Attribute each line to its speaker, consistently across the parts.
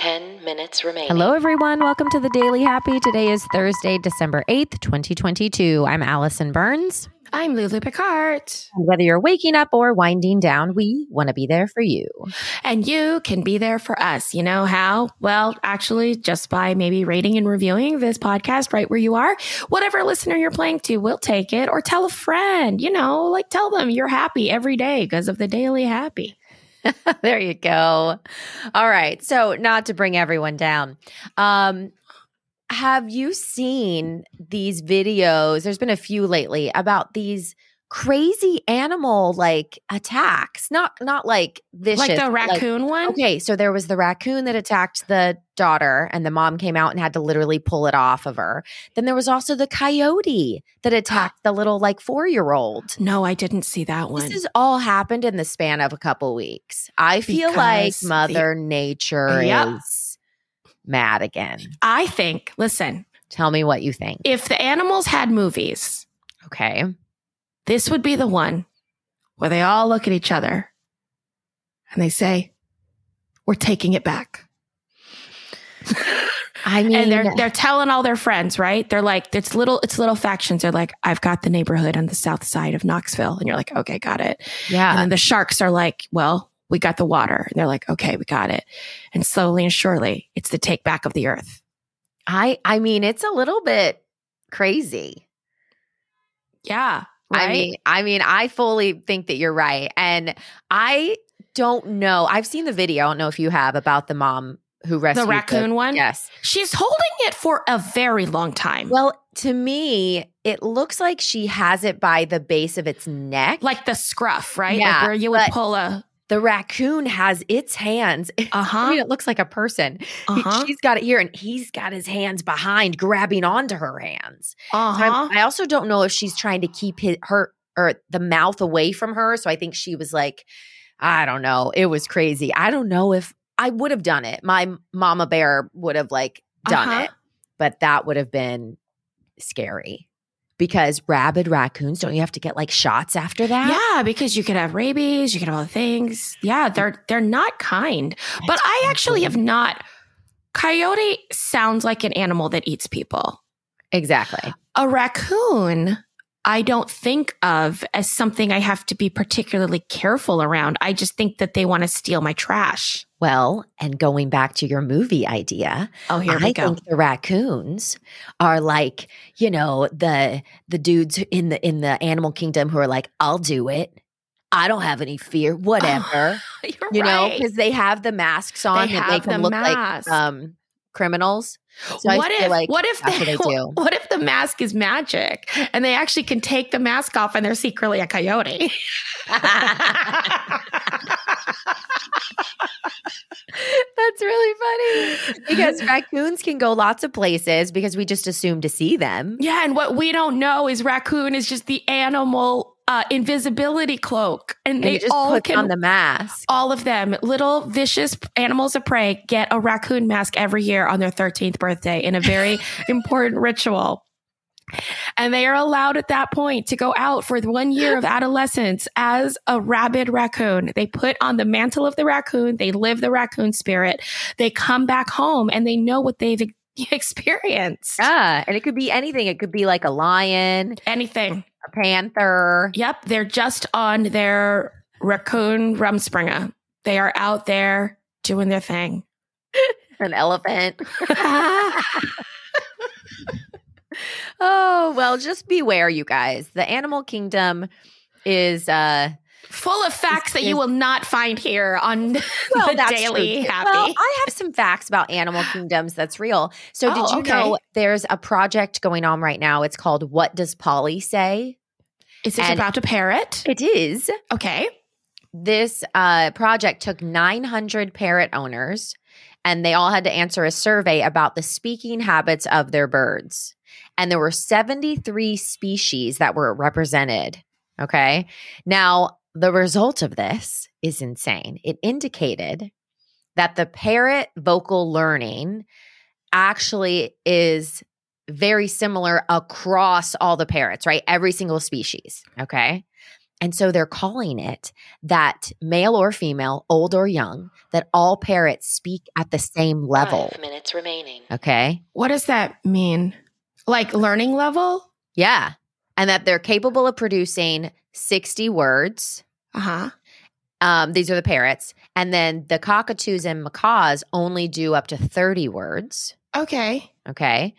Speaker 1: 10 minutes remaining.
Speaker 2: Hello, everyone. Welcome to the Daily Happy. Today is Thursday, December 8th, 2022. I'm Allison Burns.
Speaker 3: I'm Lulu Picard.
Speaker 2: And whether you're waking up or winding down, we want to be there for you.
Speaker 3: And you can be there for us. You know how? Well, actually, just by maybe rating and reviewing this podcast right where you are. Whatever listener you're playing to, we'll take it or tell a friend. You know, like tell them you're happy every day because of the Daily Happy.
Speaker 2: there you go. All right. So, not to bring everyone down. Um, have you seen these videos? There's been a few lately about these crazy animal like attacks. Not not like vicious.
Speaker 3: Like the
Speaker 2: but, like-
Speaker 3: raccoon one?
Speaker 2: Okay, so there was the raccoon that attacked the daughter, and the mom came out and had to literally pull it off of her. Then there was also the coyote that attacked the little like four year old.
Speaker 3: No, I didn't see that one.
Speaker 2: This has all happened in the span of a couple weeks. I feel like
Speaker 3: Because the-
Speaker 2: Mother Nature
Speaker 3: Yep.
Speaker 2: is mad again.
Speaker 3: I think, listen,
Speaker 2: Tell me what you think.
Speaker 3: if the animals had movies,
Speaker 2: Okay.
Speaker 3: this would be the one where they all look at each other and they say, We're taking it back.
Speaker 2: I mean,
Speaker 3: and they're they're telling all their friends, right? They're like, it's little it's little factions. They're like, I've got the neighborhood on the south side of Knoxville, and you're like, okay, got it. And
Speaker 2: yeah.
Speaker 3: then the sharks are like, well, we got the water, and they're like, okay, we got it. And slowly and surely, it's the take back of the earth.
Speaker 2: I I mean, it's a little bit crazy.
Speaker 3: Yeah, right.
Speaker 2: I mean, I mean, I fully think that you're right. And I don't know. I've seen the video. I don't know if you have about the mom who rescued
Speaker 3: the raccoon one.
Speaker 2: Yes.
Speaker 3: She's holding it for a very long time,
Speaker 2: Well, to me, it looks like she has it by the base of its neck.
Speaker 3: like the scruff, right?
Speaker 2: Yeah,
Speaker 3: like where you would
Speaker 2: but-
Speaker 3: pull a
Speaker 2: the raccoon has its hands.
Speaker 3: uh
Speaker 2: I mean,
Speaker 3: huh,
Speaker 2: it looks like a person.
Speaker 3: uh
Speaker 2: He-
Speaker 3: huh,
Speaker 2: she's got it here, and he's got his hands behind, grabbing onto her hands.
Speaker 3: uh
Speaker 2: So I'm-
Speaker 3: huh.
Speaker 2: I also don't know if she's trying to keep his, her or the mouth away from her. So I think she was like, I don't know. It was crazy. I don't know if I would have done it. My mama bear would have like done
Speaker 3: Uh-huh.
Speaker 2: it, but that would have been scary because rabid raccoons don't you have to get like shots after that?
Speaker 3: Yeah, because you could have rabies, you could have all the things. Yeah, they're they're not kind. But
Speaker 2: That's
Speaker 3: I actually
Speaker 2: crazy.
Speaker 3: have not coyote sounds like an animal that eats people.
Speaker 2: exactly.
Speaker 3: A raccoon I don't think of as something I have to be particularly careful around. I just think that they want to steal my trash.
Speaker 2: Well, and going back to your movie idea,
Speaker 3: Oh, here
Speaker 2: I
Speaker 3: we go.
Speaker 2: think the raccoons are like, you know, the the dudes in the in the animal kingdom who are like, I'll do it. I don't have any fear, whatever.
Speaker 3: You're
Speaker 2: you know,
Speaker 3: Oh, right.
Speaker 2: because they have the masks on
Speaker 3: they
Speaker 2: that
Speaker 3: have
Speaker 2: make
Speaker 3: the
Speaker 2: them look
Speaker 3: mask.
Speaker 2: like um criminals. So I
Speaker 3: what
Speaker 2: feel
Speaker 3: if
Speaker 2: like
Speaker 3: what if
Speaker 2: that's
Speaker 3: they,
Speaker 2: what I do.
Speaker 3: what if the mask is magic and they actually can take the mask off and they're secretly a coyote?
Speaker 2: That's really funny. Because raccoons can go lots of places because we just assume to see them.
Speaker 3: Yeah, and what we don't know is raccoon is just the animal uh, invisibility cloak, and,
Speaker 2: And
Speaker 3: they
Speaker 2: you just
Speaker 3: all
Speaker 2: put
Speaker 3: can.
Speaker 2: on the mask.
Speaker 3: all of them, little vicious animals of prey, get a raccoon mask every year on their 13th birthday in a very important ritual. And they are allowed at that point to go out for the one year of adolescence as a rabid raccoon. They put on the mantle of the raccoon, they live the raccoon spirit, they come back home and they know what they've e- experienced.
Speaker 2: Yeah, and it could be anything. It could be like a lion,
Speaker 3: Anything.
Speaker 2: a panther.
Speaker 3: Yep, they're just on their raccoon rumspringa. They are out there doing their thing.
Speaker 2: an elephant. oh, well, just beware, you guys. The animal kingdom is uh
Speaker 3: Full of facts that
Speaker 2: is-
Speaker 3: you will not find here on
Speaker 2: well
Speaker 3: the
Speaker 2: that's
Speaker 3: Daily
Speaker 2: true, too.
Speaker 3: Happy.
Speaker 2: Well, I have some facts about animal kingdoms that's real. So did
Speaker 3: Oh,
Speaker 2: you
Speaker 3: okay.
Speaker 2: know there's a project going on right now? It's called What Does Polly Say?
Speaker 3: Is this
Speaker 2: and-
Speaker 3: about a parrot?
Speaker 2: It is.
Speaker 3: Okay.
Speaker 2: this uh, project took 900 parrot owners and they all had to answer a survey about the speaking habits of their birds and there were 73 species that were represented okay now the result of this is insane it indicated that the parrot vocal learning actually is very similar across all the parrots right every single species okay And so they're calling it that male or female, old or young, that all parrots speak at the same level.
Speaker 1: Five minutes remaining.
Speaker 2: Okay.
Speaker 3: What does that mean? Like learning level?
Speaker 2: Yeah. And that they're capable of producing 60 words.
Speaker 3: Uh huh.
Speaker 2: Um, these are the parrots. And then the cockatoos and macaws only do up to 30 words.
Speaker 3: Okay.
Speaker 2: Okay.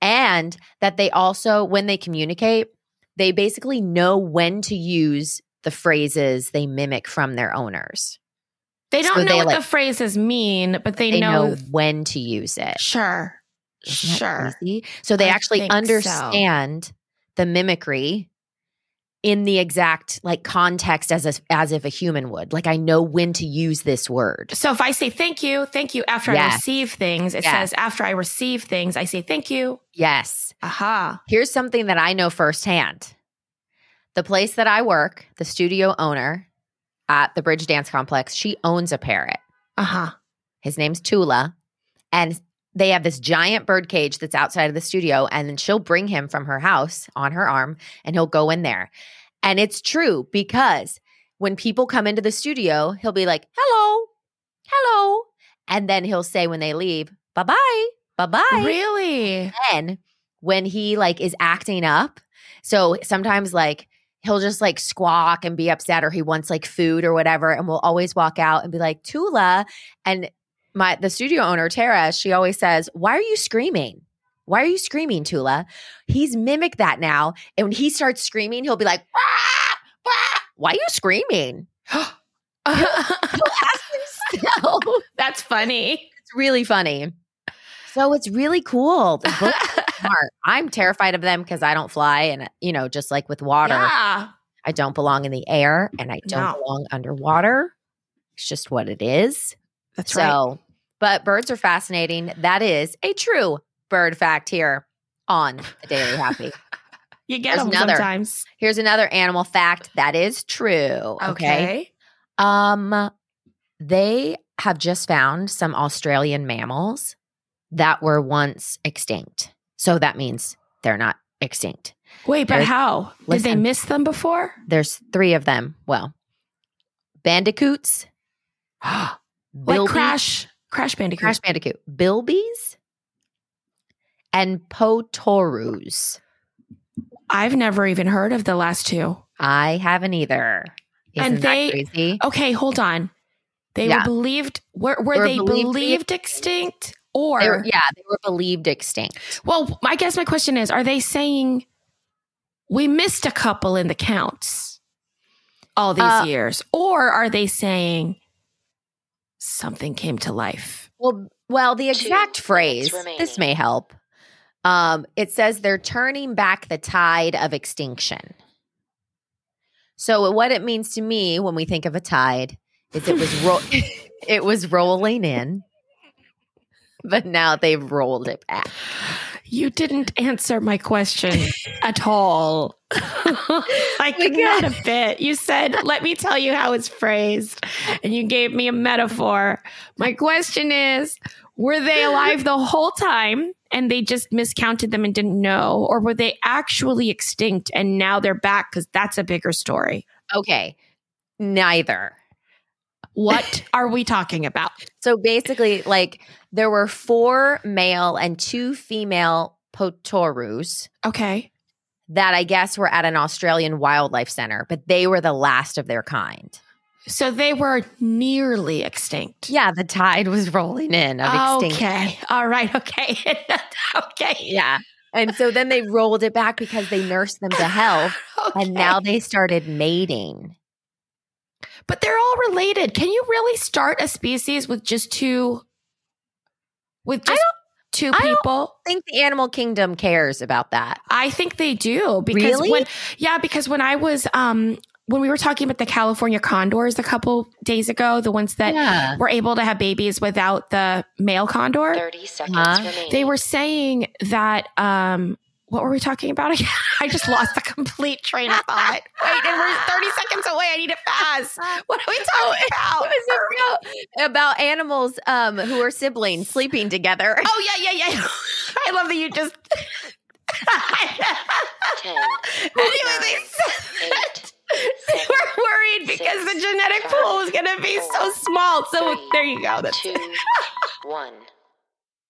Speaker 2: And that they also, when they communicate, they basically know when to use the phrases they mimic from their owners.
Speaker 3: They
Speaker 2: So
Speaker 3: don't know
Speaker 2: they,
Speaker 3: what
Speaker 2: like-
Speaker 3: the phrases mean, but they,
Speaker 2: They
Speaker 3: know.
Speaker 2: know when to use it.
Speaker 3: Sure.
Speaker 2: Isn't that
Speaker 3: Sure.
Speaker 2: crazy? So they
Speaker 3: I
Speaker 2: actually
Speaker 3: think so.
Speaker 2: understand the mimicry in the exact like context as a, as if a human would. Like I know when to use this word.
Speaker 3: So if I say thank you, thank you after I
Speaker 2: Yes.
Speaker 3: receive things, it
Speaker 2: Yes.
Speaker 3: says after I receive things, I say thank you.
Speaker 2: Yes.
Speaker 3: Aha.
Speaker 2: Here's something that I know firsthand. The place that I work, the studio owner at the Bridge Dance Complex, she owns a parrot.
Speaker 3: Uh-huh.
Speaker 2: His name's Tula. And they have this giant bird cage that's outside of the studio. And then she'll bring him from her house on her arm and he'll go in there. And it's true because when people come into the studio, he'll be like, hello, hello. And then he'll say when they leave, bye bye, bye bye
Speaker 3: Really?
Speaker 2: then when he like is acting up so sometimes like he'll just like squawk and be upset or he wants like food or whatever and we'll always walk out and be like tula and my the studio owner tara she always says why are you screaming why are you screaming tula he's mimicked that now and when he starts screaming he'll be like "Wah! Wah! why are you screaming himself.
Speaker 3: That's funny.
Speaker 2: it's really funny so it's really cool The book smart. I'm terrified of them because I don't fly, and you know, just like with water,
Speaker 3: Yeah.
Speaker 2: I don't belong in the air and I don't
Speaker 3: No.
Speaker 2: belong underwater. It's just what it is.
Speaker 3: That's
Speaker 2: so,
Speaker 3: right.
Speaker 2: but birds are fascinating. That is a true bird fact here on the Daily Happy.
Speaker 3: You get
Speaker 2: There's
Speaker 3: them
Speaker 2: another.
Speaker 3: sometimes.
Speaker 2: Here's another animal fact that is true. okay. Um, they have just found some Australian mammals that were once extinct. So that means they're not extinct.
Speaker 3: Wait, but
Speaker 2: There's-
Speaker 3: how? Did they
Speaker 2: listen.
Speaker 3: miss them before?
Speaker 2: There's three of them. Well, bandicoots,
Speaker 3: Like
Speaker 2: bilby,
Speaker 3: Crash, Crash Bandicoot.
Speaker 2: Crash bandicoot, bilbies, and potorus.
Speaker 3: I've never even heard of the last two.
Speaker 2: I haven't either. Isn't
Speaker 3: And
Speaker 2: that
Speaker 3: they-
Speaker 2: crazy?
Speaker 3: Okay, hold on. They
Speaker 2: Yeah.
Speaker 3: were believed. Were, were
Speaker 2: Were
Speaker 3: they
Speaker 2: believed
Speaker 3: believed,
Speaker 2: to be
Speaker 3: extinct? Or
Speaker 2: They were- yeah, they were believed extinct.
Speaker 3: well, I guess my question is: Are they saying we missed a couple in the counts all these
Speaker 2: Uh,
Speaker 3: years, or are they saying something came to life?
Speaker 2: Well, well, the
Speaker 1: Two
Speaker 2: exact
Speaker 1: minutes
Speaker 2: phrase. This
Speaker 1: remaining.
Speaker 2: may help. Um, it says they're turning back the tide of extinction. So, what it means to me when we think of a tide is it was ro- it was rolling in, but now they've rolled it back.
Speaker 3: You didn't answer my question at all. like
Speaker 2: Because-
Speaker 3: not a bit. You said, "Let me tell you how it's phrased," and you gave me a metaphor. My question is, were they alive the whole time and they just miscounted them and didn't know, or were they actually extinct and now they're back cuz that's a bigger story?
Speaker 2: Okay, neither.
Speaker 3: What are we talking about?
Speaker 2: So basically, like there were four male and two female potorus
Speaker 3: Okay.
Speaker 2: that I guess were at an Australian wildlife center, but they were the last of their kind.
Speaker 3: So they were nearly extinct.
Speaker 2: Yeah, the tide was rolling in of extinction.
Speaker 3: Okay. All right. Okay. okay.
Speaker 2: Yeah. And so then they rolled it back because they nursed them to health.
Speaker 3: Okay.
Speaker 2: And now they started mating.
Speaker 3: but they're all related. Can you really start a species with just two? With
Speaker 2: I
Speaker 3: just two
Speaker 2: I don't-
Speaker 3: people?
Speaker 2: I think the animal kingdom cares about that.
Speaker 3: I think they do because
Speaker 2: Really?
Speaker 3: when yeah, because when I was um when we were talking about the California condors a couple days ago, the ones that
Speaker 2: yeah.
Speaker 3: were able to have babies without the male condor,
Speaker 1: 30 seconds
Speaker 2: Huh?
Speaker 1: remaining.
Speaker 3: Uh, they were saying that um what were we talking about again? I just lost the complete train of thought. Wait, and we're 30 seconds away. I need it fast. What are we
Speaker 2: Oh,
Speaker 3: talking about? Hurry.
Speaker 2: About animals um, who are siblings sleeping together.
Speaker 3: Oh yeah, yeah, yeah. I love that you just.
Speaker 1: 10,
Speaker 3: anyway, they said
Speaker 1: 8,
Speaker 3: they were worried because the genetic pool was going to be so small. So there you go. That's
Speaker 1: Two, one.